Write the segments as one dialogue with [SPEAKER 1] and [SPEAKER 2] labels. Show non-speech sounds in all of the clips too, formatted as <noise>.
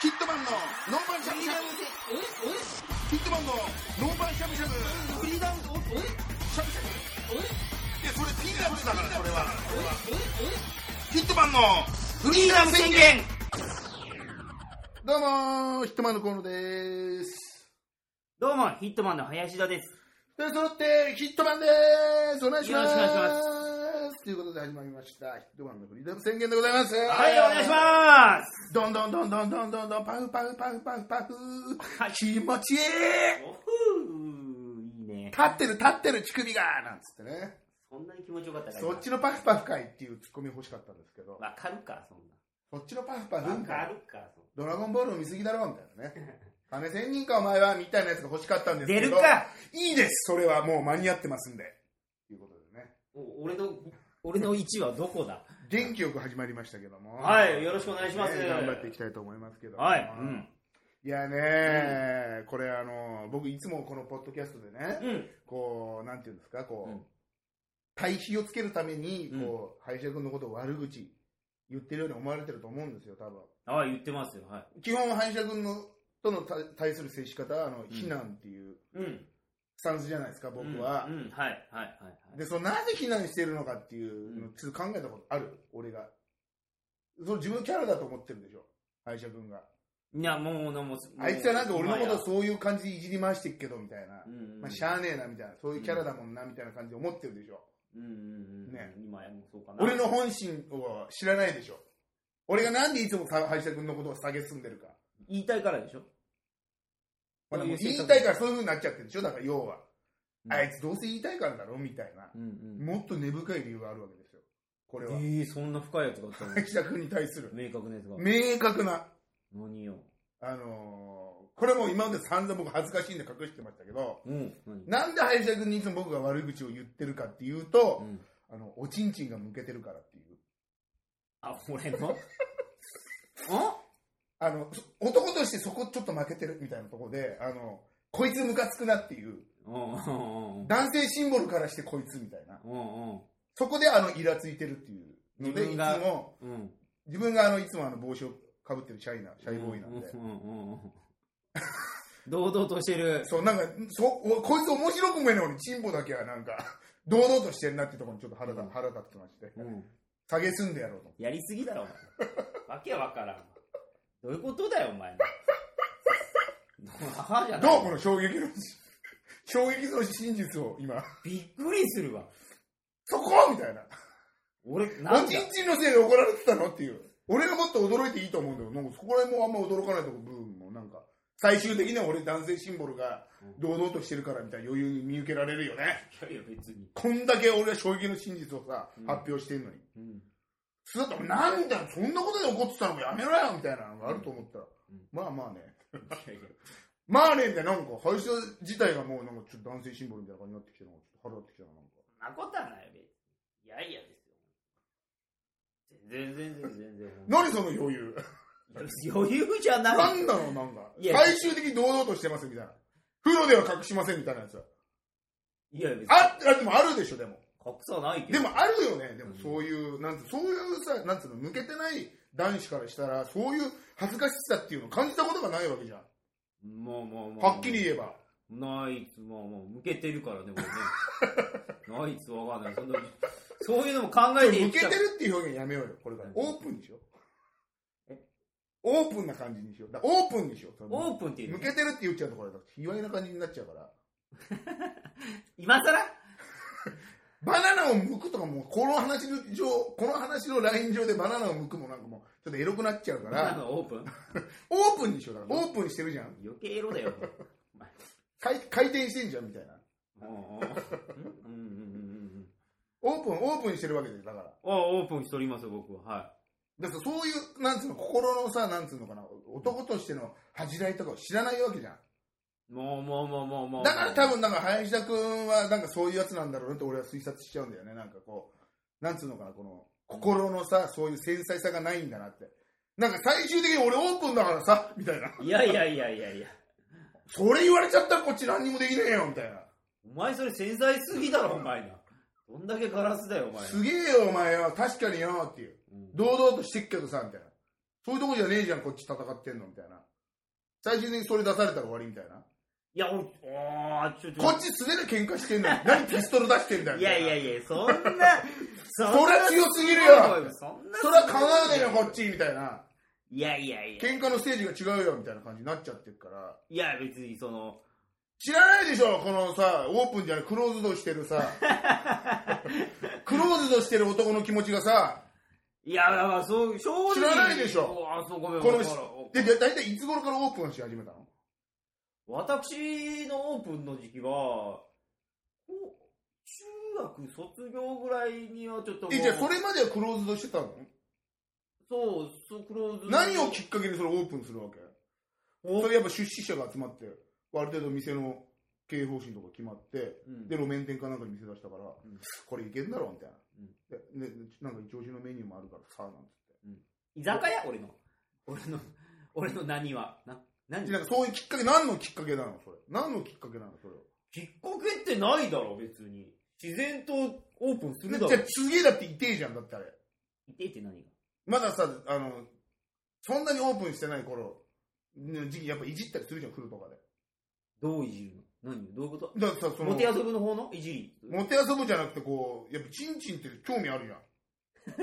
[SPEAKER 1] キットマンのノーパンしゃぶしゃぶキットマンのノーパンしゃぶしゃぶフリーダウンしゃぶしゃぶいやそれピーナッツだからそれはヒットマンのフリーダム宣言どうもーヒットマンの河野でーす
[SPEAKER 2] どうも、ヒットマンの林田です。
[SPEAKER 1] で揃ってヒットマンでーすお願いします
[SPEAKER 2] よろしくお願い
[SPEAKER 1] ということで始まりましたヒットマンのフリーダム宣言でございます
[SPEAKER 2] はい、お願いします
[SPEAKER 1] どんどんどんどんどんどんどんパフパフパフパフパフ
[SPEAKER 2] はい
[SPEAKER 1] 気持ちいい
[SPEAKER 2] おふー、いいね。
[SPEAKER 1] 立ってる立ってる乳首がなんつってね
[SPEAKER 2] そんなに気持ちよかったか
[SPEAKER 1] そっちのパフパフかいっていうツッコミ欲しかったんですけど
[SPEAKER 2] わかるか、そん
[SPEAKER 1] そっちのパフパ
[SPEAKER 2] な。わ
[SPEAKER 1] フ
[SPEAKER 2] かるか、そん
[SPEAKER 1] ドラゴンボールを見すぎだろみたいなね。金千人かお前はみたいなやつが欲しかったんです
[SPEAKER 2] な。出
[SPEAKER 1] けど。
[SPEAKER 2] るか
[SPEAKER 1] いいですそれはもう間に合ってますんで。ということでね。
[SPEAKER 2] お俺の、俺の位置はどこだ
[SPEAKER 1] 元気よく始まりましたけども。
[SPEAKER 2] はいよろしくお願いします
[SPEAKER 1] ね頑張っていきたいと思いますけど。
[SPEAKER 2] はい。うん。
[SPEAKER 1] いやね、これあの、僕いつもこのポッドキャストでね、
[SPEAKER 2] うん。
[SPEAKER 1] こう、なんていうんですか、こう、
[SPEAKER 2] うん
[SPEAKER 1] 対比をつけるために、
[SPEAKER 2] うん
[SPEAKER 1] こう、林田君のことを悪口言ってるように思われてると思うんですよ、多分。
[SPEAKER 2] ああ、言ってますよ、は
[SPEAKER 1] 基本、林田君の、との対対する接し方は、あの、非難っていう、
[SPEAKER 2] い。うん。
[SPEAKER 1] スタンスじゃないですか、僕は
[SPEAKER 2] うん、。うんはい、はい、はいはい。
[SPEAKER 1] で、そのなぜ避難してるのかっていうの、
[SPEAKER 2] うん
[SPEAKER 1] ちょっと考えたことある、俺が。それ自分のキャラだと思ってるでしょ、歯医者君が。
[SPEAKER 2] いや、もう、もうもう、
[SPEAKER 1] あいつはなんか俺のことを
[SPEAKER 2] 今
[SPEAKER 1] そういう感じでいじり回してっけど、みたいな
[SPEAKER 2] や、う。ん。
[SPEAKER 1] まあ、しゃあねえな、みたいな。そういうキャラだもんな、みたいな感じで思ってるでしょ。
[SPEAKER 2] うんうんうん。
[SPEAKER 1] ね
[SPEAKER 2] 今やもうそうかな。
[SPEAKER 1] 俺の本心を知らないでしょ。俺がなんでいつもさ歯医者君のことを下げすんでるか。
[SPEAKER 2] 言いたいからでしょ
[SPEAKER 1] まあでも
[SPEAKER 2] そうい
[SPEAKER 1] 言
[SPEAKER 2] う性格
[SPEAKER 1] いたいからそういう風になっちゃってるでしょ、だから要は。
[SPEAKER 2] うん
[SPEAKER 1] あいつどうせ言いたいからだろ、みたいな
[SPEAKER 2] う。ん
[SPEAKER 1] もっと根深い理由があるわけですよ。これ
[SPEAKER 2] う
[SPEAKER 1] は。
[SPEAKER 2] ん。ええ、そんな深いやつがあったの
[SPEAKER 1] 歯医者君に対する。
[SPEAKER 2] 明確なやつが。
[SPEAKER 1] 明確な、
[SPEAKER 2] 何よ。
[SPEAKER 1] あのーこれも今まで散々僕恥ずかしいんで隠してましたけど、
[SPEAKER 2] うん。何
[SPEAKER 1] なんで林田君にいつも僕が悪口を言ってるかっていうと
[SPEAKER 2] う、ん。
[SPEAKER 1] あの、おちんちんが向けてるからっていう。
[SPEAKER 2] あ、俺のあ
[SPEAKER 1] <laughs> あの、そ男としてそこちょっと負けてるみたいなところで、あの、こいつムカつくなっていう、
[SPEAKER 2] うんうんうん。
[SPEAKER 1] 男性シンボルからしてこいつみたいな。
[SPEAKER 2] うんうん。
[SPEAKER 1] そこであの、イラついてるっていうので、い
[SPEAKER 2] 自
[SPEAKER 1] つ
[SPEAKER 2] 分が
[SPEAKER 1] も、
[SPEAKER 2] うん。
[SPEAKER 1] 自分があの、いつもあの、帽子をかぶってるシャイな、シャイボーイなんで
[SPEAKER 2] う。んうんうん。堂々としてる。
[SPEAKER 1] そう、なんか、そ、おこいつ面白くもいいのに、チンポだけはなんか、 <laughs> 堂々としてんなってところにちょっと腹立、
[SPEAKER 2] うん
[SPEAKER 1] 腹立ってまして、
[SPEAKER 2] うん。
[SPEAKER 1] 下げすんでやろうと思
[SPEAKER 2] やりすぎだろ、お前わけわからんわ。どういうことだよ、お前の。 <laughs> 母じゃ
[SPEAKER 1] って。
[SPEAKER 2] ない
[SPEAKER 1] どうこの衝撃の、 <laughs> 衝撃の真実を今、
[SPEAKER 2] びっくりするわ。
[SPEAKER 1] そこみたいな。
[SPEAKER 2] 俺、な
[SPEAKER 1] お
[SPEAKER 2] ん
[SPEAKER 1] ち
[SPEAKER 2] で
[SPEAKER 1] んちんのせいで怒られてたのっていう。俺がもっと驚いていいと思うんだけど、なんかそこら辺もあんま驚かないとこ部分も、なんか、最終的には俺男性シンボルが堂々としてるからみたいな余裕に見受けられるよね。
[SPEAKER 2] いやいや、別に。
[SPEAKER 1] こんだけ俺は衝撃の真実をさ
[SPEAKER 2] う、ん
[SPEAKER 1] 発表してんのに。
[SPEAKER 2] うん。
[SPEAKER 1] それだったらなんだよ、そんなことで怒ってたのかやめろよみたいなのがあると思ったら、
[SPEAKER 2] うん
[SPEAKER 1] まあまあね。 <laughs>
[SPEAKER 2] いやいや
[SPEAKER 1] まあねでなんか、配信自体がもうなんかちょっと男性シンボルみたいな感じになってきてるのがちょっと腹立ってきたな、なんか。
[SPEAKER 2] そんなことはないよ、別に。いやいやですよ。全然、全然、全
[SPEAKER 1] <laughs>
[SPEAKER 2] 然。
[SPEAKER 1] 何その余裕。
[SPEAKER 2] <laughs> 余裕じゃない。
[SPEAKER 1] なんだろう、なんか。
[SPEAKER 2] いや
[SPEAKER 1] 最終的に堂々としてますみたいな。風呂では隠しませんみたいなやつ。
[SPEAKER 2] いや、別に。
[SPEAKER 1] あ、あでもあるでしょ、でも。
[SPEAKER 2] 隠さないけ
[SPEAKER 1] で
[SPEAKER 2] ど。
[SPEAKER 1] もあるよね、でも
[SPEAKER 2] うん
[SPEAKER 1] そういう、なんつそういうさ、なんつうの、抜けてない男子からしたら、そういう恥ずかしさっていうの感じたことがないわけじゃん。
[SPEAKER 2] もう、もう、もう。
[SPEAKER 1] はっきり。言えば。
[SPEAKER 2] ないつも、もう、向けてるからね、もうね。
[SPEAKER 1] <laughs>
[SPEAKER 2] ないつわかんない。そんな、そういうのも考
[SPEAKER 1] 抜
[SPEAKER 2] えて
[SPEAKER 1] け
[SPEAKER 2] い
[SPEAKER 1] て
[SPEAKER 2] きた
[SPEAKER 1] る
[SPEAKER 2] い
[SPEAKER 1] っていう表現やめようよ、これから。オープンにしよう
[SPEAKER 2] え。
[SPEAKER 1] オープンな感じにしよう。だオープンにしよう。
[SPEAKER 2] オープンっていうの
[SPEAKER 1] 抜けてるって言っちゃうとこれだ。卑猥な感じになっちゃうから。
[SPEAKER 2] 今更
[SPEAKER 1] バナナを剥くとかも、この話の上、この話のライン上でバナナを剥くもなんかもう、ちょっとエロくなっちゃうか
[SPEAKER 2] あ
[SPEAKER 1] ら、
[SPEAKER 2] の、オープン
[SPEAKER 1] オープンにしようだから。オープンしてるじゃん。
[SPEAKER 2] 余計エ
[SPEAKER 1] <laughs>
[SPEAKER 2] ロだよ。お前
[SPEAKER 1] 回回転してんじゃんみたいな。
[SPEAKER 2] もううんうんうんうんうん。
[SPEAKER 1] オープン、オープンしてるわけで、だから。
[SPEAKER 2] あ、オープンしております、僕は。は
[SPEAKER 1] だからそういう、なんつうの、心のさ、なんつうのかな、男としての恥じらいとかを知らないわけじゃん。
[SPEAKER 2] い。もう、もう、もう、もう、もう。
[SPEAKER 1] だから多分、なんか、林田くんは、なんかそういうやつなんだろうなって俺は推察しちゃうんだよね。なんかこう、なんつうのかな、この、心のさ、そういう繊細さがないんだなって。なんか最終的に俺オープンだからさ、みたいな。
[SPEAKER 2] いやいやいやいやいや。
[SPEAKER 1] それ言われちゃったらこっち何にもできねえよ、みたいな。
[SPEAKER 2] お前それ繊細すぎだろ、お前な。どんだけガラスだよ、お前。
[SPEAKER 1] すげえよ、お前よ、確かによ、っていう。
[SPEAKER 2] うん
[SPEAKER 1] 堂々としてっけどさ、みたいな。そういうとこじゃねえじゃん、こっち戦ってんの、みたいな。最終的にそれ出されたら終わりみたいな。
[SPEAKER 2] いや、お、おーちょ、ちょ、
[SPEAKER 1] こっち素手で喧嘩してんのに、何ピストル出してんだよ。
[SPEAKER 2] いやいや
[SPEAKER 1] や。
[SPEAKER 2] いや、そんな、そ
[SPEAKER 1] <laughs> そ
[SPEAKER 2] ん
[SPEAKER 1] り
[SPEAKER 2] な
[SPEAKER 1] ゃ強すぎるよ
[SPEAKER 2] そんな
[SPEAKER 1] それは構わねえよ、こっち、みたいな。
[SPEAKER 2] いやいやいや、
[SPEAKER 1] 喧嘩のステージが違うよ、みたいな感じになっちゃってるから。
[SPEAKER 2] いや、別にその、
[SPEAKER 1] 知らないでしょこのさ、オープンじゃない、クローズドしてるさ。
[SPEAKER 2] <laughs>
[SPEAKER 1] クローズドしてる男の気持ちがさ、
[SPEAKER 2] いや、まあまあ、そう、正直。
[SPEAKER 1] 知らないでしょ
[SPEAKER 2] おあ、そう、ごめん、
[SPEAKER 1] この
[SPEAKER 2] わかる
[SPEAKER 1] で、だいたいいつ頃からオープンし始めたの
[SPEAKER 2] 私のオープンの時期は、こう中学卒業ぐらいにはちょっともう。
[SPEAKER 1] え、じゃあそれまではクローズドしてたの
[SPEAKER 2] そう、そう、クローズ。
[SPEAKER 1] 何をきっかけにそれオープンするわけ
[SPEAKER 2] お
[SPEAKER 1] それやっぱ出資者が集まって、ある程度店の経営方針とか決まって、
[SPEAKER 2] うん
[SPEAKER 1] で、路面店かなんかに店出したから、
[SPEAKER 2] ん
[SPEAKER 1] これいけんだろ、みたいな
[SPEAKER 2] うん。
[SPEAKER 1] でね、なんか一押しのメニューもあるからさ、なんつって。
[SPEAKER 2] 居酒屋俺の。俺の、俺の何は。な、何
[SPEAKER 1] でなんかそういうきっかけ、何のきっかけなのそれ。何のきっかけなのそれ。
[SPEAKER 2] きっかけってないだろ、別に。自然とオープンするだろ。
[SPEAKER 1] じゃあ次だって痛えじゃん、だってあれ。
[SPEAKER 2] いてって何が
[SPEAKER 1] まださ、あの、そんなにオープンしてない頃、ね時期やっぱいじったりするじゃん、来るとかで。
[SPEAKER 2] どういじるの何どういうこと
[SPEAKER 1] だからさ、その、
[SPEAKER 2] モテ遊ぶの方のいじり。
[SPEAKER 1] モテ遊ぶじゃなくてこう、やっぱチンチンって興味あるじゃん。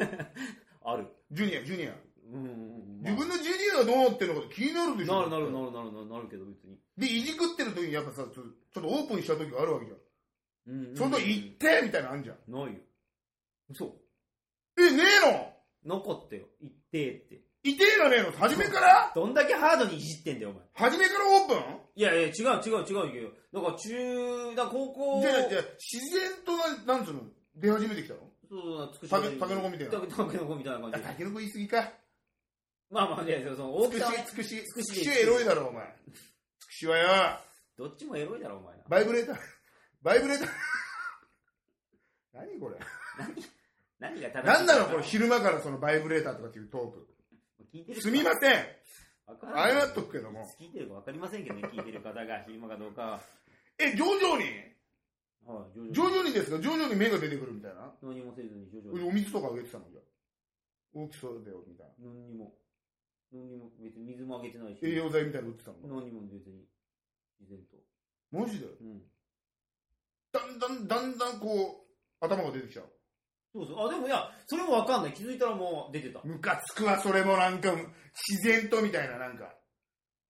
[SPEAKER 2] ある。
[SPEAKER 1] ジュニア、ジュニア。
[SPEAKER 2] うんうんうん。
[SPEAKER 1] 自分のジュニアがどうなってるのか気になるでし
[SPEAKER 2] な
[SPEAKER 1] ょ。
[SPEAKER 2] るなるなるなるなるなるけど別に。
[SPEAKER 1] で、いじくってる時にやっぱさ、ちょちょっとオープンした時があるわけじゃん。
[SPEAKER 2] うんうんうん
[SPEAKER 1] その時行ってみたいなのあんじゃん。
[SPEAKER 2] ないよ。嘘。
[SPEAKER 1] え、ねえの
[SPEAKER 2] なかったよ。行ってって。
[SPEAKER 1] いてえのねえの初めから
[SPEAKER 2] どんだけハードにいじってんだよ、お前。
[SPEAKER 1] <laughs> 初めからオープン
[SPEAKER 2] いやいや、違う違う違うけど。なんか中、だから高校。
[SPEAKER 1] じゃあ、じゃあ自然とな、なんつうの出始めてきたの
[SPEAKER 2] そうそう、つくし
[SPEAKER 1] タケタケノコみたいな
[SPEAKER 2] タケタケノコみたいな感じ
[SPEAKER 1] あ、
[SPEAKER 2] で
[SPEAKER 1] タ。ケノコ言い過ぎか。
[SPEAKER 2] まあまあ、いやいや、その、大
[SPEAKER 1] つく
[SPEAKER 2] き
[SPEAKER 1] し
[SPEAKER 2] さは、
[SPEAKER 1] つくし、つ
[SPEAKER 2] く
[SPEAKER 1] く
[SPEAKER 2] し
[SPEAKER 1] しエロいだろ、お前。つくしはよ。
[SPEAKER 2] どっちもエロいだろ、お前な。
[SPEAKER 1] バイブレーター。バイブレ
[SPEAKER 2] <laughs>
[SPEAKER 1] ーター。何これ
[SPEAKER 2] 何が正しい
[SPEAKER 1] 何なのこれ昼間からそのバイブレーターとかっていうト
[SPEAKER 2] 聞いて
[SPEAKER 1] ー
[SPEAKER 2] る
[SPEAKER 1] ク。すみません
[SPEAKER 2] せん
[SPEAKER 1] 謝っとくけども。
[SPEAKER 2] 聞いてるか分かりませんけどね、聞いてる方が、今かどうか
[SPEAKER 1] <laughs>
[SPEAKER 2] は。
[SPEAKER 1] え、徐々に
[SPEAKER 2] はい、徐々に
[SPEAKER 1] 徐々にですか徐々に目が出てくるみたいな
[SPEAKER 2] 何もせずに徐々に。
[SPEAKER 1] お水とかあげてたのじゃあ大きそうだよ、みたいな。
[SPEAKER 2] 何にも。何にも、別に水もあげてないし。
[SPEAKER 1] 栄養剤みたいなの打ってたの
[SPEAKER 2] 何も別に。自然と。
[SPEAKER 1] マジで
[SPEAKER 2] うん。
[SPEAKER 1] だんだん、だんだんこう、頭が出てきちゃう。
[SPEAKER 2] そうそう。あ、でもいや、それもわかんない。気づいたらもう出てた。
[SPEAKER 1] ムカつくわ、それもなんか、自然とみたいな、なんか。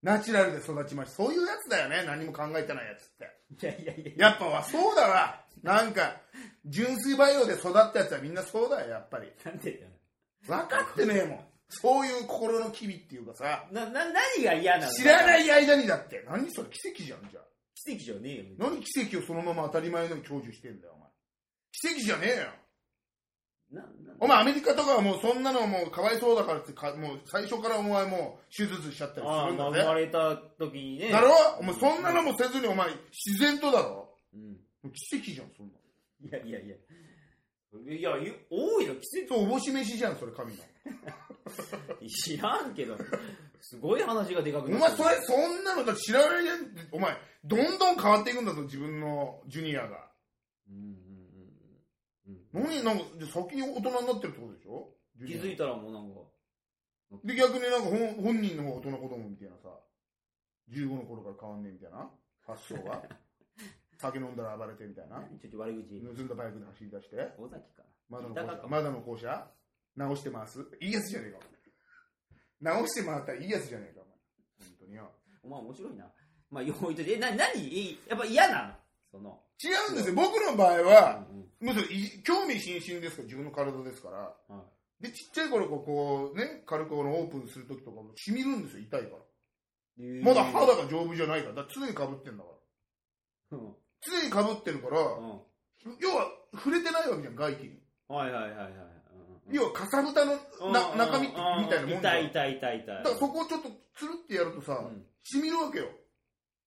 [SPEAKER 1] ナチュラルで育ちました。そういうやつだよね、何も考えてないやつって。
[SPEAKER 2] いやいやいや。
[SPEAKER 1] やっぱわ、そうだわ。なんか、純粋培養で育ったやつはみんなそうだよ、やっぱり。
[SPEAKER 2] なんでだよ。
[SPEAKER 1] 分かってねえもん。そういう心の機微っていうかさ、
[SPEAKER 2] な、な、何が嫌なの
[SPEAKER 1] 知らないい間にだって。何それ奇跡じゃん、じゃあ。
[SPEAKER 2] 奇跡じゃねえよ。別に
[SPEAKER 1] 何奇跡をそのまま当たり前のように享受してんだよ、お前。奇跡じゃねえよ。
[SPEAKER 2] な、な、
[SPEAKER 1] お前、アメリカとかはもうそんなのもうかわいそうだからってか、もう最初からお前もう手術しちゃったり
[SPEAKER 2] あ
[SPEAKER 1] す
[SPEAKER 2] あ、
[SPEAKER 1] るんだ
[SPEAKER 2] 生
[SPEAKER 1] ぜ
[SPEAKER 2] ま。れた時にね。
[SPEAKER 1] だろお前そんなのもせずにお前自然とだろ
[SPEAKER 2] うん。
[SPEAKER 1] もう奇跡じゃん、そんなの。
[SPEAKER 2] いやいやいや。いや、い多いよ、奇跡。
[SPEAKER 1] そう、おぼし飯じゃん、それ神の。
[SPEAKER 2] 知らんけど。すごい話がでか
[SPEAKER 1] お
[SPEAKER 2] くな
[SPEAKER 1] 前それそんなのだって知らないやんお前どんどん変わっていくんだぞ自分のジュニアが
[SPEAKER 2] うんうんうんうん。
[SPEAKER 1] 何なんかじゃあ先に大人になってるってことでしょジュニ
[SPEAKER 2] 気
[SPEAKER 1] ア
[SPEAKER 2] づいたらもうなんか、
[SPEAKER 1] で逆になんか本本人の方が大人子供みたいなさ15の頃から変わんねえみたいな発想
[SPEAKER 2] <laughs>
[SPEAKER 1] が酒飲んだら暴れてみたいな
[SPEAKER 2] 何ちょっと悪口。
[SPEAKER 1] 盗んだバイクで走り出して
[SPEAKER 2] 尾崎かな。
[SPEAKER 1] 窓の校
[SPEAKER 2] 三鷹
[SPEAKER 1] 舎
[SPEAKER 2] か。
[SPEAKER 1] 窓の校舎直してますいいやつじゃねえかお前直してもらったらいいやつじゃねえかお前本当によ
[SPEAKER 2] お前面白いな。まあ、よういといて。え、な、なにやっぱ嫌なのその。
[SPEAKER 1] 違うんですよ僕の場合は、
[SPEAKER 2] うんうん
[SPEAKER 1] もうそれい興味津々ですから自分の体ですから、
[SPEAKER 2] は
[SPEAKER 1] でちっちゃい頃こうこうね軽くこのオープンする時とかもしみるんですよ痛いから、まだ肌が丈夫じゃないからだから常にかぶってんだから
[SPEAKER 2] うん。うん。
[SPEAKER 1] 常にかぶってるから、要は触れてないわけじゃん外気に、
[SPEAKER 2] はいはいはいはい。うん
[SPEAKER 1] 要はかさぶたのな
[SPEAKER 2] うん
[SPEAKER 1] 中身み
[SPEAKER 2] うん
[SPEAKER 1] たいなもんじゃ
[SPEAKER 2] 痛
[SPEAKER 1] ん
[SPEAKER 2] い痛い痛い痛
[SPEAKER 1] だ
[SPEAKER 2] い。
[SPEAKER 1] からそこをちょっとつるってやるとさ、しみるわけよ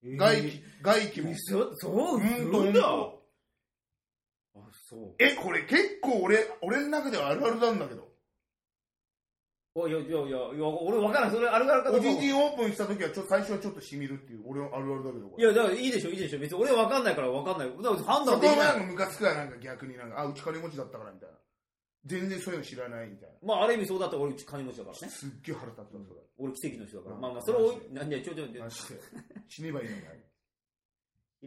[SPEAKER 2] うん
[SPEAKER 1] 外気外気も、
[SPEAKER 2] 嘘そう
[SPEAKER 1] うん
[SPEAKER 2] 嘘
[SPEAKER 1] うん
[SPEAKER 2] だあ、そう。
[SPEAKER 1] えこれ結構俺俺の中ではあるあるなんだけど
[SPEAKER 2] おいやいやいや、いや俺分からん。それあるあるかど
[SPEAKER 1] お
[SPEAKER 2] うか
[SPEAKER 1] じ
[SPEAKER 2] も
[SPEAKER 1] いじいオープンした時はちょっと最初はちょっとしみるっていう俺のあるあるだけどこれ
[SPEAKER 2] いや、だからいいでしょ、いいでしょ。別に俺分かんないから分かんない。だから判
[SPEAKER 1] そこ
[SPEAKER 2] 断でき
[SPEAKER 1] は
[SPEAKER 2] な
[SPEAKER 1] な
[SPEAKER 2] い
[SPEAKER 1] ん。かムカつくわ、なんか逆になんか、あ、うち金持ちだったからみたいな。全然そういうの知らないみたい
[SPEAKER 2] まあ、ある意味そうだったら俺、金持ちだから
[SPEAKER 1] な。
[SPEAKER 2] ね。
[SPEAKER 1] すっげえ腹立った、それ。
[SPEAKER 2] 俺、奇跡の人だから。
[SPEAKER 1] うん
[SPEAKER 2] まあまあ、それを
[SPEAKER 1] マジ、で
[SPEAKER 2] なんで、ちょ、ちょ、ちょ
[SPEAKER 1] マ、ジで。死ねばいいのに。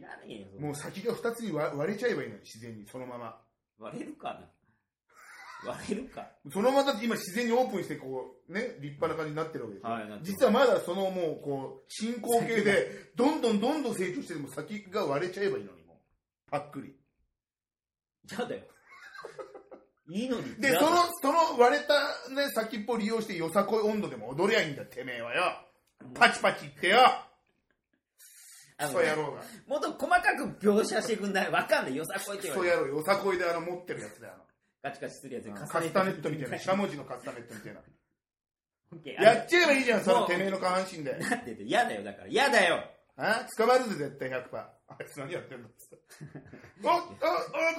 [SPEAKER 2] いらねえよ、それ
[SPEAKER 1] もう先が二つに割割れちゃえばいいのに、自然に、そのまま。
[SPEAKER 2] 割れるかな。割れるか。
[SPEAKER 1] そのままだって今自然にオープンして、こう、ね、立派な感じになってるわけでしょ。
[SPEAKER 2] はいなってます
[SPEAKER 1] 実はまだそのもう、こう、進行形で、どんどんどんどん成長してても先が割れちゃえばいいのに、もう。ぱっくり。
[SPEAKER 2] じゃあだよ。いいのに。
[SPEAKER 1] で、
[SPEAKER 2] じゃ
[SPEAKER 1] そ
[SPEAKER 2] あだ
[SPEAKER 1] の
[SPEAKER 2] よ、
[SPEAKER 1] その割れたね、先っぽ利用してよさこい温度でも踊りゃいいんだ、てめえはよ。パチパチってよ、
[SPEAKER 2] あ
[SPEAKER 1] ク
[SPEAKER 2] の
[SPEAKER 1] ソ野郎が。
[SPEAKER 2] もっと細かく描写してくんない。わかんない。よさこいっ
[SPEAKER 1] ク
[SPEAKER 2] て
[SPEAKER 1] ソ
[SPEAKER 2] 言わ
[SPEAKER 1] 野
[SPEAKER 2] れる
[SPEAKER 1] 郎、よさこいであの持ってるやつだよ。
[SPEAKER 2] カチカチするやつ
[SPEAKER 1] あ
[SPEAKER 2] に
[SPEAKER 1] の
[SPEAKER 2] 重ねて
[SPEAKER 1] カスタネットみたいな、しゃもじのカスタネットみたいな。
[SPEAKER 2] オッケー
[SPEAKER 1] やっちゃえばいいじゃん、そ
[SPEAKER 2] も
[SPEAKER 1] の
[SPEAKER 2] う
[SPEAKER 1] てめえの下半身で。
[SPEAKER 2] だってて、嫌だよ、だから。嫌だよ。
[SPEAKER 1] あ捕まるぜ、絶対100%。あいつ何やってん
[SPEAKER 2] <laughs>
[SPEAKER 1] だっつって。おおお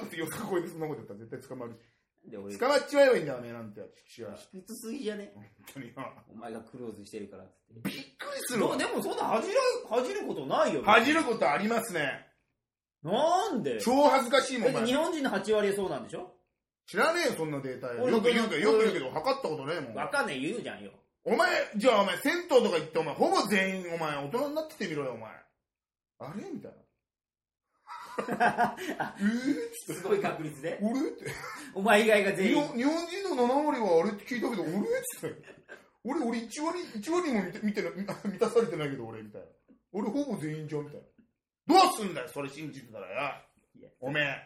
[SPEAKER 1] ってよさこいでそんなことやったら絶対捕まる。
[SPEAKER 2] で、俺、
[SPEAKER 1] 捕まっちまえばいいんだよね、なんて、父は。
[SPEAKER 2] 卑屈すぎじゃね
[SPEAKER 1] 本当によ。
[SPEAKER 2] お前がクローズしてるからっつって。
[SPEAKER 1] びっくりす
[SPEAKER 2] で
[SPEAKER 1] る
[SPEAKER 2] も
[SPEAKER 1] わ。
[SPEAKER 2] でもそんな恥じる、恥じることないよ。
[SPEAKER 1] 恥じることありますね。
[SPEAKER 2] なんで
[SPEAKER 1] 超恥ずかしいもん、お
[SPEAKER 2] だっ
[SPEAKER 1] 前
[SPEAKER 2] て日。本人の8割そうなんでしょ
[SPEAKER 1] 知らねえよ、そんなデータよ。
[SPEAKER 2] 俺
[SPEAKER 1] よく言うけど、よく言
[SPEAKER 2] 俺
[SPEAKER 1] うけど、測ったことねえも
[SPEAKER 2] わ
[SPEAKER 1] ん。
[SPEAKER 2] かんない言うじゃんよ。
[SPEAKER 1] お前、じゃあお前、銭湯とか行って、お前、ほぼ全員、お前、大人になっててみろよ、お前。あれみたい
[SPEAKER 2] <laughs>
[SPEAKER 1] な。えー、
[SPEAKER 2] すごい確率で。
[SPEAKER 1] 俺って。
[SPEAKER 2] お前以外が
[SPEAKER 1] 日
[SPEAKER 2] 全員
[SPEAKER 1] 本。日本人の7割はあれって聞いたけど、俺っつって。俺、俺1割、一割も満た見てな満満たされてないけど、俺、みたいな。俺、ほぼ全員じゃん、みたいな。どうすんだよ、それ信じてたらよ
[SPEAKER 2] いや。
[SPEAKER 1] おめえ。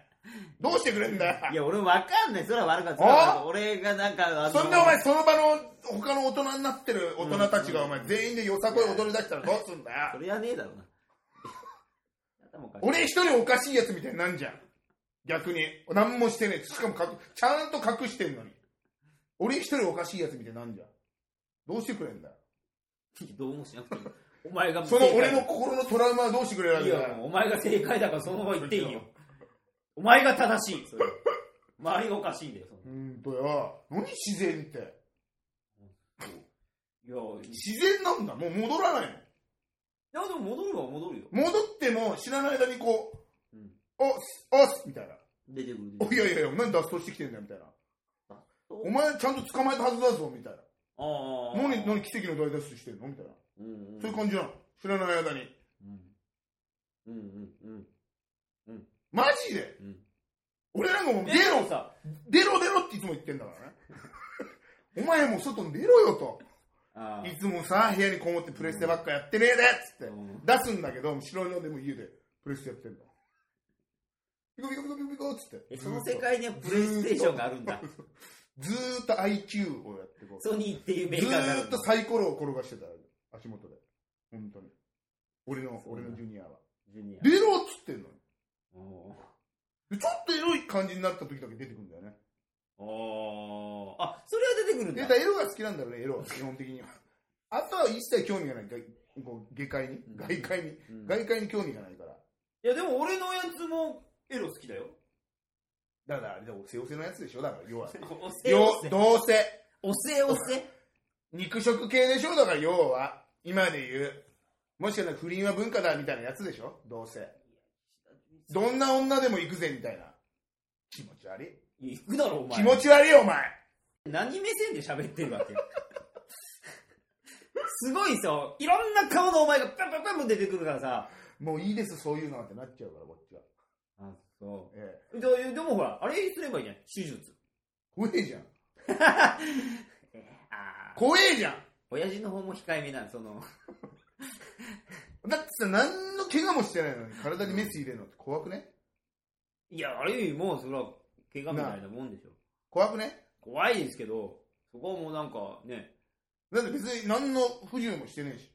[SPEAKER 1] どうしてくれんだよ
[SPEAKER 2] い。や、俺もわかんない。それは悪かった。
[SPEAKER 1] あ
[SPEAKER 2] それは悪かった俺がなんか、あの
[SPEAKER 1] そんなお前、その場の他の大人になってる大人たちが、お前、全員でよさこい踊り出したらどうすんだ
[SPEAKER 2] そ
[SPEAKER 1] よ。
[SPEAKER 2] れはねえだろうな。頭おかしい
[SPEAKER 1] 俺一人おかしいやつみたいになんじゃん。逆に。何もしてねえ。しかも隠、ちゃんと隠してんのに。俺一人おかしいやつみたいになんじゃん。どうしてくれんだよ。
[SPEAKER 2] どうもしなくていい。お前が
[SPEAKER 1] その俺の心のトラウマはどうしてくれるわ
[SPEAKER 2] い
[SPEAKER 1] けだ
[SPEAKER 2] や、
[SPEAKER 1] よ。
[SPEAKER 2] お前が正解だからそのまま言っていいよ。お前が正しい。それ周りがおかしいんだよ。その
[SPEAKER 1] うんとよ。何自然って。
[SPEAKER 2] いや、
[SPEAKER 1] 自然なんだ。もう戻らない
[SPEAKER 2] いやでも戻るは戻るよ。
[SPEAKER 1] の。戻っても知らない間にこう、
[SPEAKER 2] うん
[SPEAKER 1] おっす、おっすみたいな。
[SPEAKER 2] 出てくる。
[SPEAKER 1] おいやいやいや、何脱走してきてんだよみたいな。
[SPEAKER 2] お
[SPEAKER 1] お前ちゃんと捕まえたはずだぞみたいな。
[SPEAKER 2] ああ。
[SPEAKER 1] 何、何奇跡の大脱出してんのみたいな。
[SPEAKER 2] うんうん
[SPEAKER 1] そういう感じなの。知らない間に。
[SPEAKER 2] うんうんうん
[SPEAKER 1] マジで
[SPEAKER 2] うん。
[SPEAKER 1] 俺なんかもう
[SPEAKER 2] うん。
[SPEAKER 1] 出
[SPEAKER 2] で
[SPEAKER 1] ろ
[SPEAKER 2] もさ、
[SPEAKER 1] 出ろ出ろっていつも言ってんだから
[SPEAKER 2] <laughs>
[SPEAKER 1] ね。お前もう外に出ろよと。
[SPEAKER 2] あ
[SPEAKER 1] いつもさ、部屋にこもってプレステばっかやってねえでっつって。
[SPEAKER 2] うん
[SPEAKER 1] 出すんだけど、後ろのでも家でプレステやってんだ。ピコピコピコピコピコっつって。
[SPEAKER 2] えその世界にはプレイステーションがあるんだ。
[SPEAKER 1] ずーっと IQ をやってこう。
[SPEAKER 2] ソニーっていうメ
[SPEAKER 1] ず
[SPEAKER 2] ーカーがあ
[SPEAKER 1] ー
[SPEAKER 2] る
[SPEAKER 1] っ
[SPEAKER 2] ん
[SPEAKER 1] と
[SPEAKER 2] だ。
[SPEAKER 1] サイコロを転がしてた足元で。本当に。俺の、俺のジュニアは。
[SPEAKER 2] ジュニア
[SPEAKER 1] 出ろっつってんのに。
[SPEAKER 2] おー
[SPEAKER 1] でちょっとエロい感じになった時だけ出てくるんだよね。
[SPEAKER 2] おーあ、それは出てくるん
[SPEAKER 1] で、
[SPEAKER 2] だ
[SPEAKER 1] だ。エロが好きなんだろうね、エロは基本的には。あとは一切興味がない。外こう下界に
[SPEAKER 2] ん
[SPEAKER 1] 外界に
[SPEAKER 2] うん
[SPEAKER 1] 外界に興味がないから。
[SPEAKER 2] いや、でも俺のやつもエロ好き
[SPEAKER 1] <laughs>
[SPEAKER 2] だよ。
[SPEAKER 1] だからあれだ、おせおせのやつでしょだから、要は。
[SPEAKER 2] おせ
[SPEAKER 1] よ
[SPEAKER 2] おせ。
[SPEAKER 1] どうせ、
[SPEAKER 2] おせおせ。
[SPEAKER 1] 肉食系でしょだから、要は。今で言う。もしかしたら不倫は文化だみたいなやつでしょどうせ。どんな女でも行くぜみたいな。気持ち悪い。
[SPEAKER 2] いや行くだろ、お前。
[SPEAKER 1] 気持ち悪いよ、お前。
[SPEAKER 2] 何目線で喋ってるわけ <laughs> すごいさ、いろんな顔のお前がパンパンパンパン出てくるからさ。
[SPEAKER 1] もういいです、そういうのはってなっちゃうから、こっちは。
[SPEAKER 2] あ、そ
[SPEAKER 1] ええ。
[SPEAKER 2] う。ででもほら、あれすればいいじゃん。手術。
[SPEAKER 1] 怖えじゃん。
[SPEAKER 2] ああ。
[SPEAKER 1] 怖えじゃん。
[SPEAKER 2] 親父の方も控えめなん、その。
[SPEAKER 1] だってさ、何の怪我もしてないのに、体にメス入れるのって怖くね
[SPEAKER 2] いや、ある意味もうそれは怪我みたいなもんでしょ。
[SPEAKER 1] 怖くね
[SPEAKER 2] 怖いですけど、そこはもうなんかね、
[SPEAKER 1] だって別に何の不自由もしてねえし。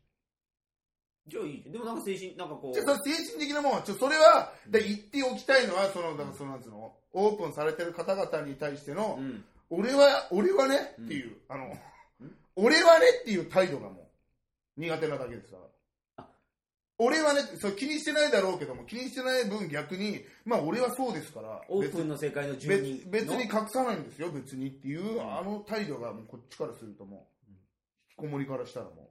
[SPEAKER 2] じゃあいいじゃん。でもなんか精神、なんかこ
[SPEAKER 1] じゃあ
[SPEAKER 2] う、
[SPEAKER 1] その精神的なもんは、ちょそれは、だ言っておきたいのは、その、だからそのなんつうの、オープンされてる方々に対しての
[SPEAKER 2] う、ん。
[SPEAKER 1] 俺は、俺はねっていう、あの、俺はねっていう態度がもう、苦手なだけですだから
[SPEAKER 2] あ。
[SPEAKER 1] 俺はね、そう気にしてないだろうけども、気にしてない分逆に、まあ俺はそうですから、
[SPEAKER 2] オープンの世界の住
[SPEAKER 1] 別
[SPEAKER 2] 人の
[SPEAKER 1] 別に隠さないんですよ、別にっていう、
[SPEAKER 2] うん
[SPEAKER 1] あの態度がもうこっちからするともう、
[SPEAKER 2] うん
[SPEAKER 1] 引きこもりからしたらもう、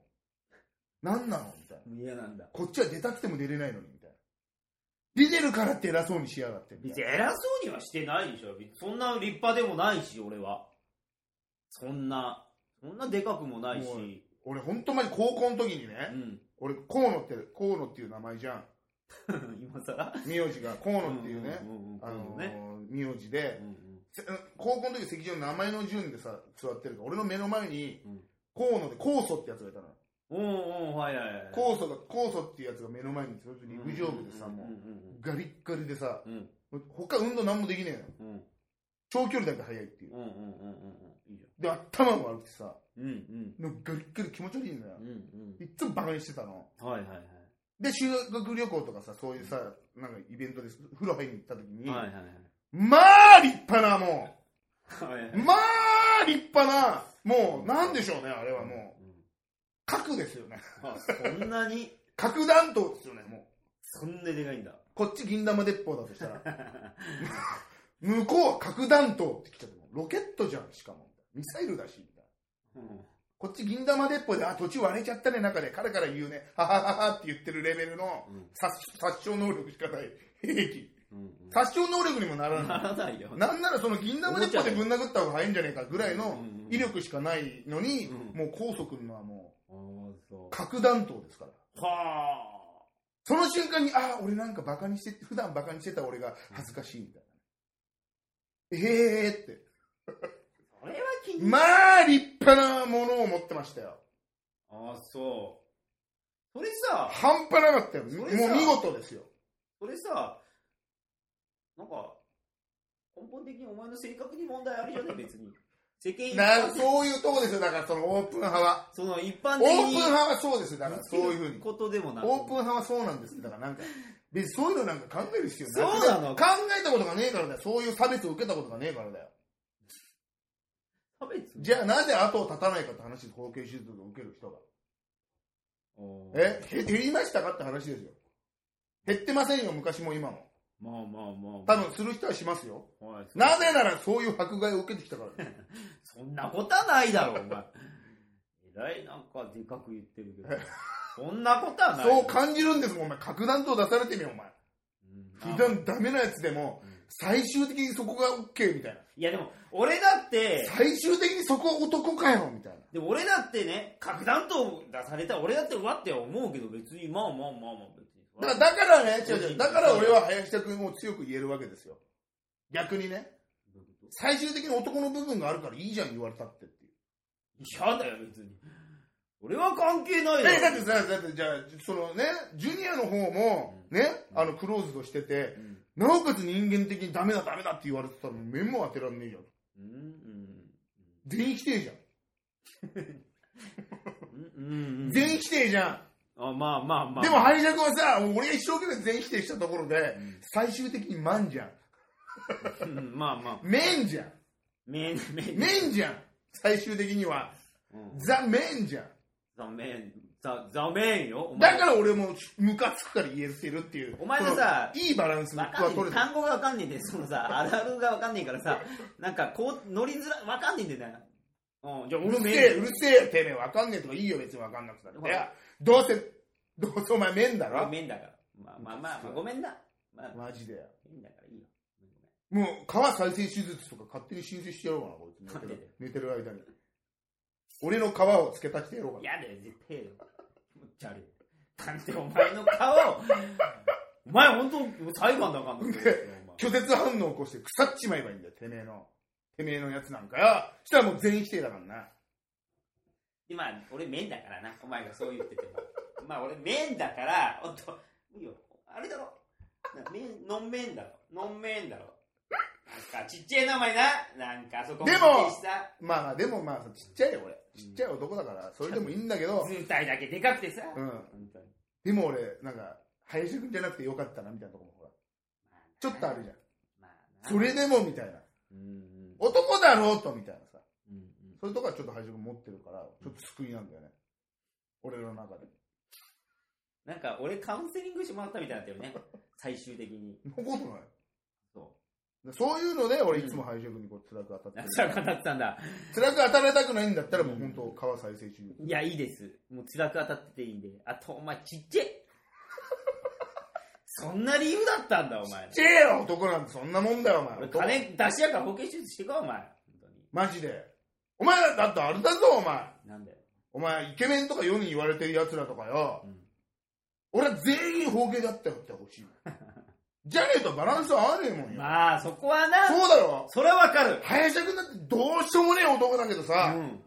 [SPEAKER 1] 何なのみたいな。
[SPEAKER 2] 嫌なんだ。
[SPEAKER 1] こっちは出たくても出れないのに、みたい出てるからって偉そうにしやがってみ
[SPEAKER 2] 別
[SPEAKER 1] たいな。
[SPEAKER 2] に偉そうにはしてないでしょ。そんな立派でもないし、俺は。そんな、そんなでかくもない
[SPEAKER 1] もう
[SPEAKER 2] し。
[SPEAKER 1] 俺ほんとまに高校の時に
[SPEAKER 2] う
[SPEAKER 1] ね、
[SPEAKER 2] ん。 <laughs>
[SPEAKER 1] 俺河野って、河野っていう名前じゃん。
[SPEAKER 2] 今更
[SPEAKER 1] 名字が河野っていうね、
[SPEAKER 2] んんん
[SPEAKER 1] あの
[SPEAKER 2] ね。
[SPEAKER 1] ー、名字で
[SPEAKER 2] う、んうん
[SPEAKER 1] せ高校の時席上の名前の順でさ、座ってるから、俺の目の前に
[SPEAKER 2] うん、
[SPEAKER 1] 河野で酵素ってやつがいたの。
[SPEAKER 2] おうんうん、はいはいはい。
[SPEAKER 1] 酵素が、酵素っていうやつが目の前にいて、それと陸上部でさ、も
[SPEAKER 2] う
[SPEAKER 1] うん
[SPEAKER 2] うん
[SPEAKER 1] ガリッガリでさ、
[SPEAKER 2] うんうん。
[SPEAKER 1] 他運動なんもできねえの。
[SPEAKER 2] うんうん
[SPEAKER 1] 長距離だけ速いっていう。
[SPEAKER 2] うんうんうんうん。いいじ
[SPEAKER 1] で、頭も悪くてさ、
[SPEAKER 2] ゃん。うんうん。
[SPEAKER 1] なんかガリッガリ気持ち悪いんだよ
[SPEAKER 2] う。ん
[SPEAKER 1] いっつもバカにしてたの。
[SPEAKER 2] うん。はいはいはい。
[SPEAKER 1] で、修学旅行とかさ、そういうさ、なんかイベントです。風呂入りに行った時に、
[SPEAKER 2] はいはい
[SPEAKER 1] まあ立派なも
[SPEAKER 2] はい。はいは
[SPEAKER 1] う、
[SPEAKER 2] い。
[SPEAKER 1] まあ立派な、もう、なんでしょうね、あれはもう、核ですよね。
[SPEAKER 2] うん。あ、そんなに、
[SPEAKER 1] 核弾頭ですよね、も
[SPEAKER 2] そんなでかいんだ。
[SPEAKER 1] う。こっち銀玉鉄砲だとしたら、 <laughs> 向こうは核弾頭って来ちゃってもう、ロケットじゃん、しかも。ミサイルだし、みたいな。
[SPEAKER 2] うん
[SPEAKER 1] こっち銀玉鉄砲で、あ、土地割れちゃったね、中で、カラカラ言うね、ははははって言ってるレベルの
[SPEAKER 2] うん
[SPEAKER 1] 殺殺傷能力しかない兵器。
[SPEAKER 2] うんうん。
[SPEAKER 1] 殺傷能力にもならな
[SPEAKER 2] な
[SPEAKER 1] い。
[SPEAKER 2] らないよ。
[SPEAKER 1] なんならその銀玉鉄砲でぶん殴った方が早いんじゃねえかぐらいの
[SPEAKER 2] うん
[SPEAKER 1] 威力しかないのに、
[SPEAKER 2] うん
[SPEAKER 1] もう高速のはも
[SPEAKER 2] ああ、そう
[SPEAKER 1] 核弾頭ですから。
[SPEAKER 2] う。はあ。
[SPEAKER 1] その瞬間に、ああ、俺なんかバカにして、普段バカにしてた俺が恥ずかしいみたいな。ええーって。
[SPEAKER 2] それは気に
[SPEAKER 1] まあ、立派なものを持ってましたよ。
[SPEAKER 2] ああ、そう。それさ、
[SPEAKER 1] 半端なかったよ。
[SPEAKER 2] そ
[SPEAKER 1] もう
[SPEAKER 2] れさ
[SPEAKER 1] 見事ですよ。
[SPEAKER 2] それさ、なんか、根本的にお前の性格に問題あるじゃない、別に。世間一
[SPEAKER 1] な
[SPEAKER 2] 般
[SPEAKER 1] そういうとこですよ、だからそのオープン派は。
[SPEAKER 2] その一
[SPEAKER 1] オ
[SPEAKER 2] 般
[SPEAKER 1] ー
[SPEAKER 2] 的
[SPEAKER 1] プン
[SPEAKER 2] に。
[SPEAKER 1] 派はそうですよ、だからそういうふうに。
[SPEAKER 2] ことでもなく。
[SPEAKER 1] オープン派はそうなんですよだからなんか、別にそういうのなんか考える必要ない。
[SPEAKER 2] そうなの
[SPEAKER 1] 考えたことがねえからだよ。そういう差別を受けたことがねえからだよ。
[SPEAKER 2] 差別
[SPEAKER 1] じゃあなぜ後を絶たないかって話です、包茎手術を受ける人が。
[SPEAKER 2] おー
[SPEAKER 1] えへ減りましたかって話ですよ。減ってませんよ、昔も今も。
[SPEAKER 2] まあまあまあ、
[SPEAKER 1] 多分する人はしますよ。
[SPEAKER 2] 分、はい
[SPEAKER 1] なぜならそういう迫害を受けてきたからです。
[SPEAKER 2] そんなことはないだろ、お前。 <laughs> えらいなんかでかく言ってる
[SPEAKER 1] <laughs>
[SPEAKER 2] けど。そんなこと <laughs> はない。
[SPEAKER 1] そう感じるんですもん、お前。核弾頭出されてみよ、お
[SPEAKER 2] うん
[SPEAKER 1] 前。普段ダメなやつでも
[SPEAKER 2] うん、
[SPEAKER 1] 最終的にそこが OK みたいな。
[SPEAKER 2] いやでも、俺だって、
[SPEAKER 1] 最終的にそこ男かよみたいな。
[SPEAKER 2] でも俺だってね、核弾頭出されたら俺だってうわって思うけど別に、まあまあまあまあ別に。
[SPEAKER 1] だから、だからね、違う違う、だから俺は林田君を強く言えるわけですよ。逆にね、
[SPEAKER 2] どういうこと
[SPEAKER 1] 最終的に男の部分があるからいいじゃん、言われたってっていう。
[SPEAKER 2] 嫌だよ別に。俺は関係ないよ。
[SPEAKER 1] え、だってさ、だってじゃあ、そのね、ジュニアの方も、ね、
[SPEAKER 2] うん
[SPEAKER 1] あの、クローズドしてて、
[SPEAKER 2] うん
[SPEAKER 1] なおかつ人間的にダメだダメだって言われてたら、目も当てらんねえじゃん。
[SPEAKER 2] うん
[SPEAKER 1] 全員否定じゃん。
[SPEAKER 2] うんうんうん
[SPEAKER 1] 全員否定じゃん。
[SPEAKER 2] あまあまあまあ
[SPEAKER 1] でも林田君はさ、俺が一生懸命全員否定したところで
[SPEAKER 2] う、ん
[SPEAKER 1] 最終的にマンじゃん。
[SPEAKER 2] うんまあまあ
[SPEAKER 1] メンじゃん。
[SPEAKER 2] メンメン
[SPEAKER 1] メンじゃん。最終的には、
[SPEAKER 2] うん
[SPEAKER 1] ザ・メンじゃん。
[SPEAKER 2] ザメンザザメンよお前
[SPEAKER 1] だから俺もムカつくから言えてるっていう。
[SPEAKER 2] お前のさ
[SPEAKER 1] そのいいバランスは
[SPEAKER 2] わかんね
[SPEAKER 1] 取
[SPEAKER 2] え
[SPEAKER 1] れた。
[SPEAKER 2] 単語がわかんねえんでそのさあるあるがわかんねえからさなんかこう乗りづらわかんねえんだよなうんじゃあ
[SPEAKER 1] う
[SPEAKER 2] 俺
[SPEAKER 1] るせ
[SPEAKER 2] メ
[SPEAKER 1] え、う
[SPEAKER 2] ン
[SPEAKER 1] るせえ、てめえ、わかんねえとかいいよ、別にわかんなくたって。いや、どうせ、どうせお前面だ
[SPEAKER 2] 俺
[SPEAKER 1] ろ
[SPEAKER 2] メンだからまあまあまあまあごめんなまあ
[SPEAKER 1] マジで。
[SPEAKER 2] メンだからいいよ
[SPEAKER 1] もう、皮再生手術とか勝手に申請してやろうかな、こいつ。寝て
[SPEAKER 2] なんでだよ
[SPEAKER 1] る寝てる間に。俺の皮を付け足してやろうかな。
[SPEAKER 2] やだよ、絶対よ。気持ち悪い。なんてお前の顔を、お前本当裁判だかんの
[SPEAKER 1] <laughs> 拒絶反応を起こして腐っちまえばいいんだよ、てめえの。てめえのやつなんかよ。したらもう全員否定だからな。
[SPEAKER 2] 今、俺面だからな、お前がそう言ってても。 <laughs> まあ俺面だから、おっと、いいよ、あれだろ。な面、のんめんだろ。のんめんだろ。なんかちっちゃい名前な。なんかあそこ
[SPEAKER 1] でも
[SPEAKER 2] ちっちゃいしさ
[SPEAKER 1] まあまあ、でもまあ、ちっちゃいよ、俺。ちっちゃい男だから、それでもいいんだけど、
[SPEAKER 2] 図体だけでかくてさ。
[SPEAKER 1] うん。
[SPEAKER 2] 本当に
[SPEAKER 1] でも俺、なんか、林くんじゃなくてよかったな、みたいなとこもほら。
[SPEAKER 2] まあな
[SPEAKER 1] ちょっとあるじゃん。
[SPEAKER 2] まあな
[SPEAKER 1] それでも、みたいな。
[SPEAKER 2] うんうん
[SPEAKER 1] 男だろうと、みたいなさ。
[SPEAKER 2] うんうん
[SPEAKER 1] そういうとこはちょっと林くん持ってるから、ちょっと救いなんだよね。俺の中で。
[SPEAKER 2] なんか俺カウンセリングしてもらったみたいになってるね。最終的に。
[SPEAKER 1] そんなことない。
[SPEAKER 2] そう。
[SPEAKER 1] そういうので、俺いつも林くんにこう、辛く当たって
[SPEAKER 2] 辛
[SPEAKER 1] る。
[SPEAKER 2] く当たってたんだ。
[SPEAKER 1] 辛く当たられたくないんだったら、もう本当、皮再生中。
[SPEAKER 2] いや、いいです。もう辛く当たってていいんで。あと、お前ちっちゃい。
[SPEAKER 3] <laughs> そんな理由だったんだ、お前。
[SPEAKER 1] ちえよ男なんてそんなもんだよ、お前。
[SPEAKER 3] 俺、金出しやから保険手術してこい、お前。本当に。
[SPEAKER 1] マジで。お前らだってあれだぞ、お前。
[SPEAKER 2] なんだよ。
[SPEAKER 1] お前、イケメンとか世に言われてる奴らとかよ。
[SPEAKER 2] うん
[SPEAKER 1] 俺は全員方形だったよってほしい。じゃねえとバランス合わねえもんよ。
[SPEAKER 3] まあ、そこはな、
[SPEAKER 1] そうだろ
[SPEAKER 3] それはわかる。
[SPEAKER 1] 林田君だってどうしようもねえ男だけど
[SPEAKER 3] う
[SPEAKER 1] さ、
[SPEAKER 3] ん。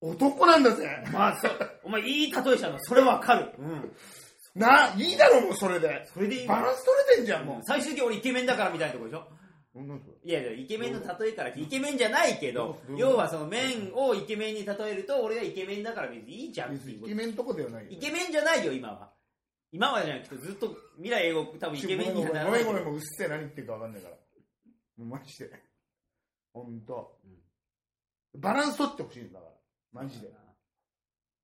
[SPEAKER 1] 男なんだぜ。
[SPEAKER 3] まあ、そ、お前、いい例えしたの、それわかる。うん。
[SPEAKER 1] なあ、いいだろ、もうそれで。
[SPEAKER 3] それでいい
[SPEAKER 1] バランス取れてんじゃん、もう。
[SPEAKER 3] 最終的に俺イケメンだからみたいなとこでしょ
[SPEAKER 1] なんだそれ
[SPEAKER 3] いやいや、イケメンの例えから、イケメンじゃないけど
[SPEAKER 1] どう、いうこと
[SPEAKER 3] 要はその面をイケメンに例えると、俺がイケメンだから別にいいじゃんっ
[SPEAKER 1] 別
[SPEAKER 3] てい
[SPEAKER 1] に
[SPEAKER 3] う
[SPEAKER 1] イ
[SPEAKER 3] こと
[SPEAKER 1] ケメンとこではないよ
[SPEAKER 3] イケメンじゃないよ、今は。今はじゃなくて、ずっと未来英語、多分イケメンにはなら
[SPEAKER 1] ご
[SPEAKER 3] な
[SPEAKER 1] め
[SPEAKER 3] いけ
[SPEAKER 1] んご
[SPEAKER 3] ど
[SPEAKER 1] めんごめんごめんもううっせえ何言ってるか分かんないからもうマジでほんと
[SPEAKER 2] うん
[SPEAKER 1] バランス取ってほしいんだからマジで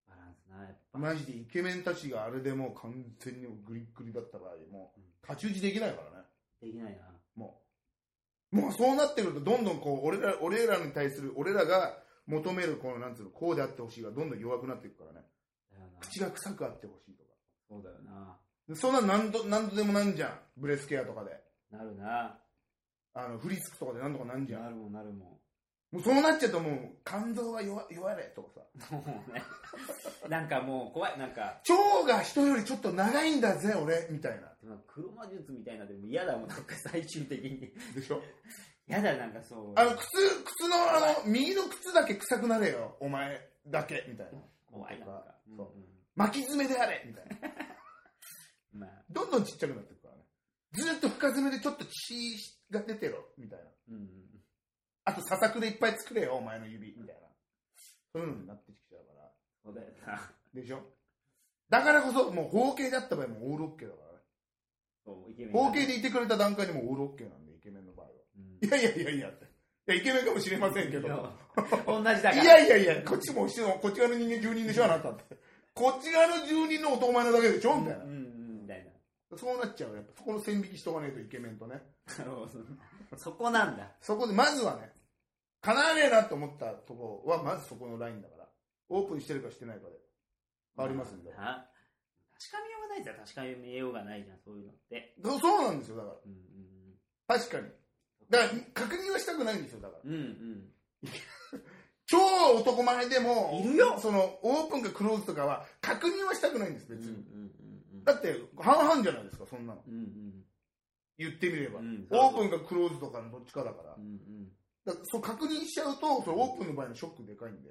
[SPEAKER 2] バランスな、やっぱ。
[SPEAKER 1] マジでイケメンたちがあれでもう完全にグリッグリだった場合もう太刀打ちできないからね
[SPEAKER 2] できないな。
[SPEAKER 1] もうもうそうなってくるとどんどんこう俺ら俺らに対する俺らが求めるこのなんつうのこうであってほしいがどんどん弱くなっていくからね
[SPEAKER 2] だよな。
[SPEAKER 1] 口が臭くあってほしいとか
[SPEAKER 2] そうだよな。
[SPEAKER 1] でそんな何度何度でもなんじゃんブレスケアとかで
[SPEAKER 2] なるな。
[SPEAKER 1] あのフリスクとかで何とかなんじゃん
[SPEAKER 2] なるもんなるもん。
[SPEAKER 1] もうそうなっちゃうともう肝臓は弱弱れとかさ
[SPEAKER 2] もうね。なんかもう怖い。なんか、
[SPEAKER 1] 腸が人よりちょっと長いんだぜ俺みたいな
[SPEAKER 2] でも黒魔術みたいなでも嫌だもん。なんか最終的に。
[SPEAKER 1] でしょ
[SPEAKER 2] 嫌だ、なんかそう。
[SPEAKER 1] あの靴靴のあの右の靴だけ臭くなれよお前だけみたいな
[SPEAKER 2] 怖いなんか。
[SPEAKER 1] と
[SPEAKER 2] うん
[SPEAKER 1] か
[SPEAKER 2] う
[SPEAKER 1] 巻き爪であれみたいなん
[SPEAKER 2] まあ、
[SPEAKER 1] どんどんちっちゃくなっていくからねずっと深爪でちょっと血が出てろみたいな
[SPEAKER 2] うん。
[SPEAKER 1] あと砂漠でいっぱい作れよお前の指みたいなそういうのになってきちゃうから
[SPEAKER 2] そうだよな。
[SPEAKER 1] でしょだからこそもう包茎だった場合もうオールオッケーだからね
[SPEAKER 2] そう、イケメンだ。
[SPEAKER 1] 包茎でいてくれた段階でもうオールオッケーなんでイケメンの場合は
[SPEAKER 2] うん。
[SPEAKER 1] いやいやいやいやって。いや、イケメンかもしれませんけど。い
[SPEAKER 2] <laughs> 同じだから。
[SPEAKER 1] やいやいや、こっちも一緒の、こっち側の人間住人でしょ、あなたって。こっち側の住人の男前なだけでしょみたいな
[SPEAKER 2] うん。うん、みたいな。
[SPEAKER 1] そうなっちゃうよ。やっぱそこの線引きしとかねえとイケメンとね。
[SPEAKER 2] なるほどそこなんだ。
[SPEAKER 1] そこで、まずはね、叶わねえなと思ったとこは、まずそこのラインだから。オープンしてるかしてないかで。変わりますんで。
[SPEAKER 2] は確かめようがないじゃん。確かめようがないじゃん、そういうのって。
[SPEAKER 1] そそうなんですよ、だか
[SPEAKER 2] うん
[SPEAKER 1] ら。確かに。だから、確認はしたくないんですよ、だから。
[SPEAKER 2] うん。うん
[SPEAKER 1] 超男前でも、
[SPEAKER 2] いるよ
[SPEAKER 1] その、オープンかクローズとかは、確認はしたくないんです、
[SPEAKER 2] うん。
[SPEAKER 1] 別
[SPEAKER 2] うん
[SPEAKER 1] に。
[SPEAKER 2] うん
[SPEAKER 1] だって半々じゃないですかそんなの
[SPEAKER 2] うん。うんうん。
[SPEAKER 1] 言ってみれば、
[SPEAKER 2] うん
[SPEAKER 1] オープンかクローズとかのどっちかだから,、
[SPEAKER 2] うんうん。
[SPEAKER 1] だからそう確認しちゃうとそれオープンの場合のショックでかいんで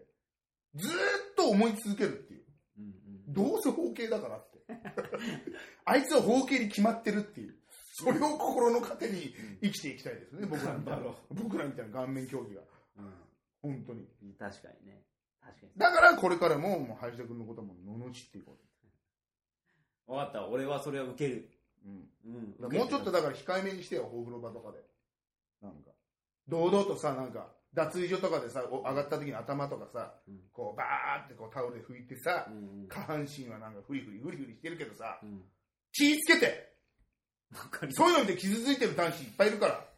[SPEAKER 1] ずーっと思い続けるっていう
[SPEAKER 2] うんうん。
[SPEAKER 1] どうせ包茎だからって
[SPEAKER 2] <laughs>
[SPEAKER 1] あいつは包茎に決まってるっていうそれを心の糧に生きていきたいですね、僕らみたいな
[SPEAKER 2] 頑張ろ
[SPEAKER 1] 僕らみたいな顔面競技が
[SPEAKER 2] う
[SPEAKER 1] 本当に
[SPEAKER 2] ん。確かにね。確かに。
[SPEAKER 1] だからこれからももう林田君のことはもう罵っていこ
[SPEAKER 2] わかった。俺はそれは受ける。
[SPEAKER 1] う、うん、
[SPEAKER 2] うん。
[SPEAKER 1] だからもうちょっとだから控えめにしてよ、抱負の場とかで。なんか、堂々とさ、なんか、脱衣所とかでさ、お上がった時に頭とかさ、
[SPEAKER 2] うん
[SPEAKER 1] こう、バーってこうタオルで拭いてさ
[SPEAKER 2] う、ん
[SPEAKER 1] 下半身はなんかフリフリフリフリしてるけどさ
[SPEAKER 2] う、ん。
[SPEAKER 1] 気ぃつけて
[SPEAKER 2] わかり
[SPEAKER 1] そういうので傷ついてる男子いっぱいいるから、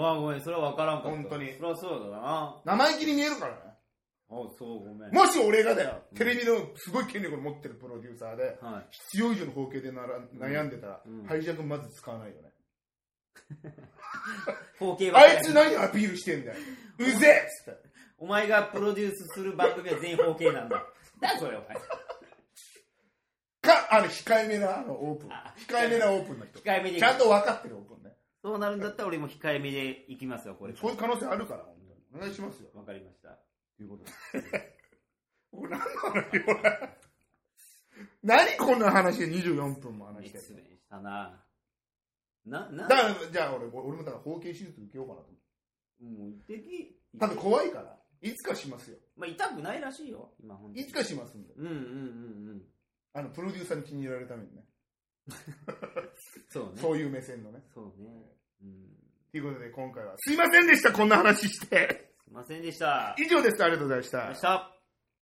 [SPEAKER 2] わあ、ごめん。それはわからんかった。
[SPEAKER 1] 本当に
[SPEAKER 2] それはそうだな。
[SPEAKER 1] 生意気に見えるからね。
[SPEAKER 2] おそう、ごめん。
[SPEAKER 1] もし俺がだよ
[SPEAKER 2] う、ん
[SPEAKER 1] テレビのすごい権力を持ってるプロデューサーで、
[SPEAKER 2] は
[SPEAKER 1] 必要以上の包茎でなら悩んでたら
[SPEAKER 2] うん、
[SPEAKER 1] ハイジャックまず使わないよね。
[SPEAKER 2] い。後継は。
[SPEAKER 1] あいつ何アピールしてんだよ。うぜえっつって。
[SPEAKER 2] お前がプロデュースする番組は全員方形なん
[SPEAKER 1] <laughs>
[SPEAKER 2] だ。だそれお前。
[SPEAKER 1] か、あの、控えめなあのオープン
[SPEAKER 2] あ。
[SPEAKER 1] 控えめなオープンの人。
[SPEAKER 2] 控えめで
[SPEAKER 1] ちゃんと分かってるオープンね。
[SPEAKER 2] そうなるんだったら俺も控えめでいきますよ、これ。
[SPEAKER 1] そういう可能性あるから、本当にお願いしますよ。
[SPEAKER 2] わかりました。
[SPEAKER 1] ということで。これ何なのよ、これ何こんな話で24分も話して
[SPEAKER 2] 熱
[SPEAKER 1] る
[SPEAKER 2] 弁したな。な、な、
[SPEAKER 1] だから、じゃあ俺、俺もだから包茎手術受けようかなと思
[SPEAKER 2] もう一滴。
[SPEAKER 1] う。ただ怖いから、いつかしますよ。
[SPEAKER 2] まあ、痛くないらしいよ、今ほんと
[SPEAKER 1] いつかしますんで。
[SPEAKER 2] うんうんうんうん。
[SPEAKER 1] あの、プロデューサーに気に入られるためにね。
[SPEAKER 2] そうね。
[SPEAKER 1] そういう目線のね。
[SPEAKER 2] そうね。うん。
[SPEAKER 1] ということで、今回は、すいませんでした、こんな話して。
[SPEAKER 2] すいませんでした。あり
[SPEAKER 1] 以上です、ありがとうございまし
[SPEAKER 2] がとうござい
[SPEAKER 1] た
[SPEAKER 2] まし。た。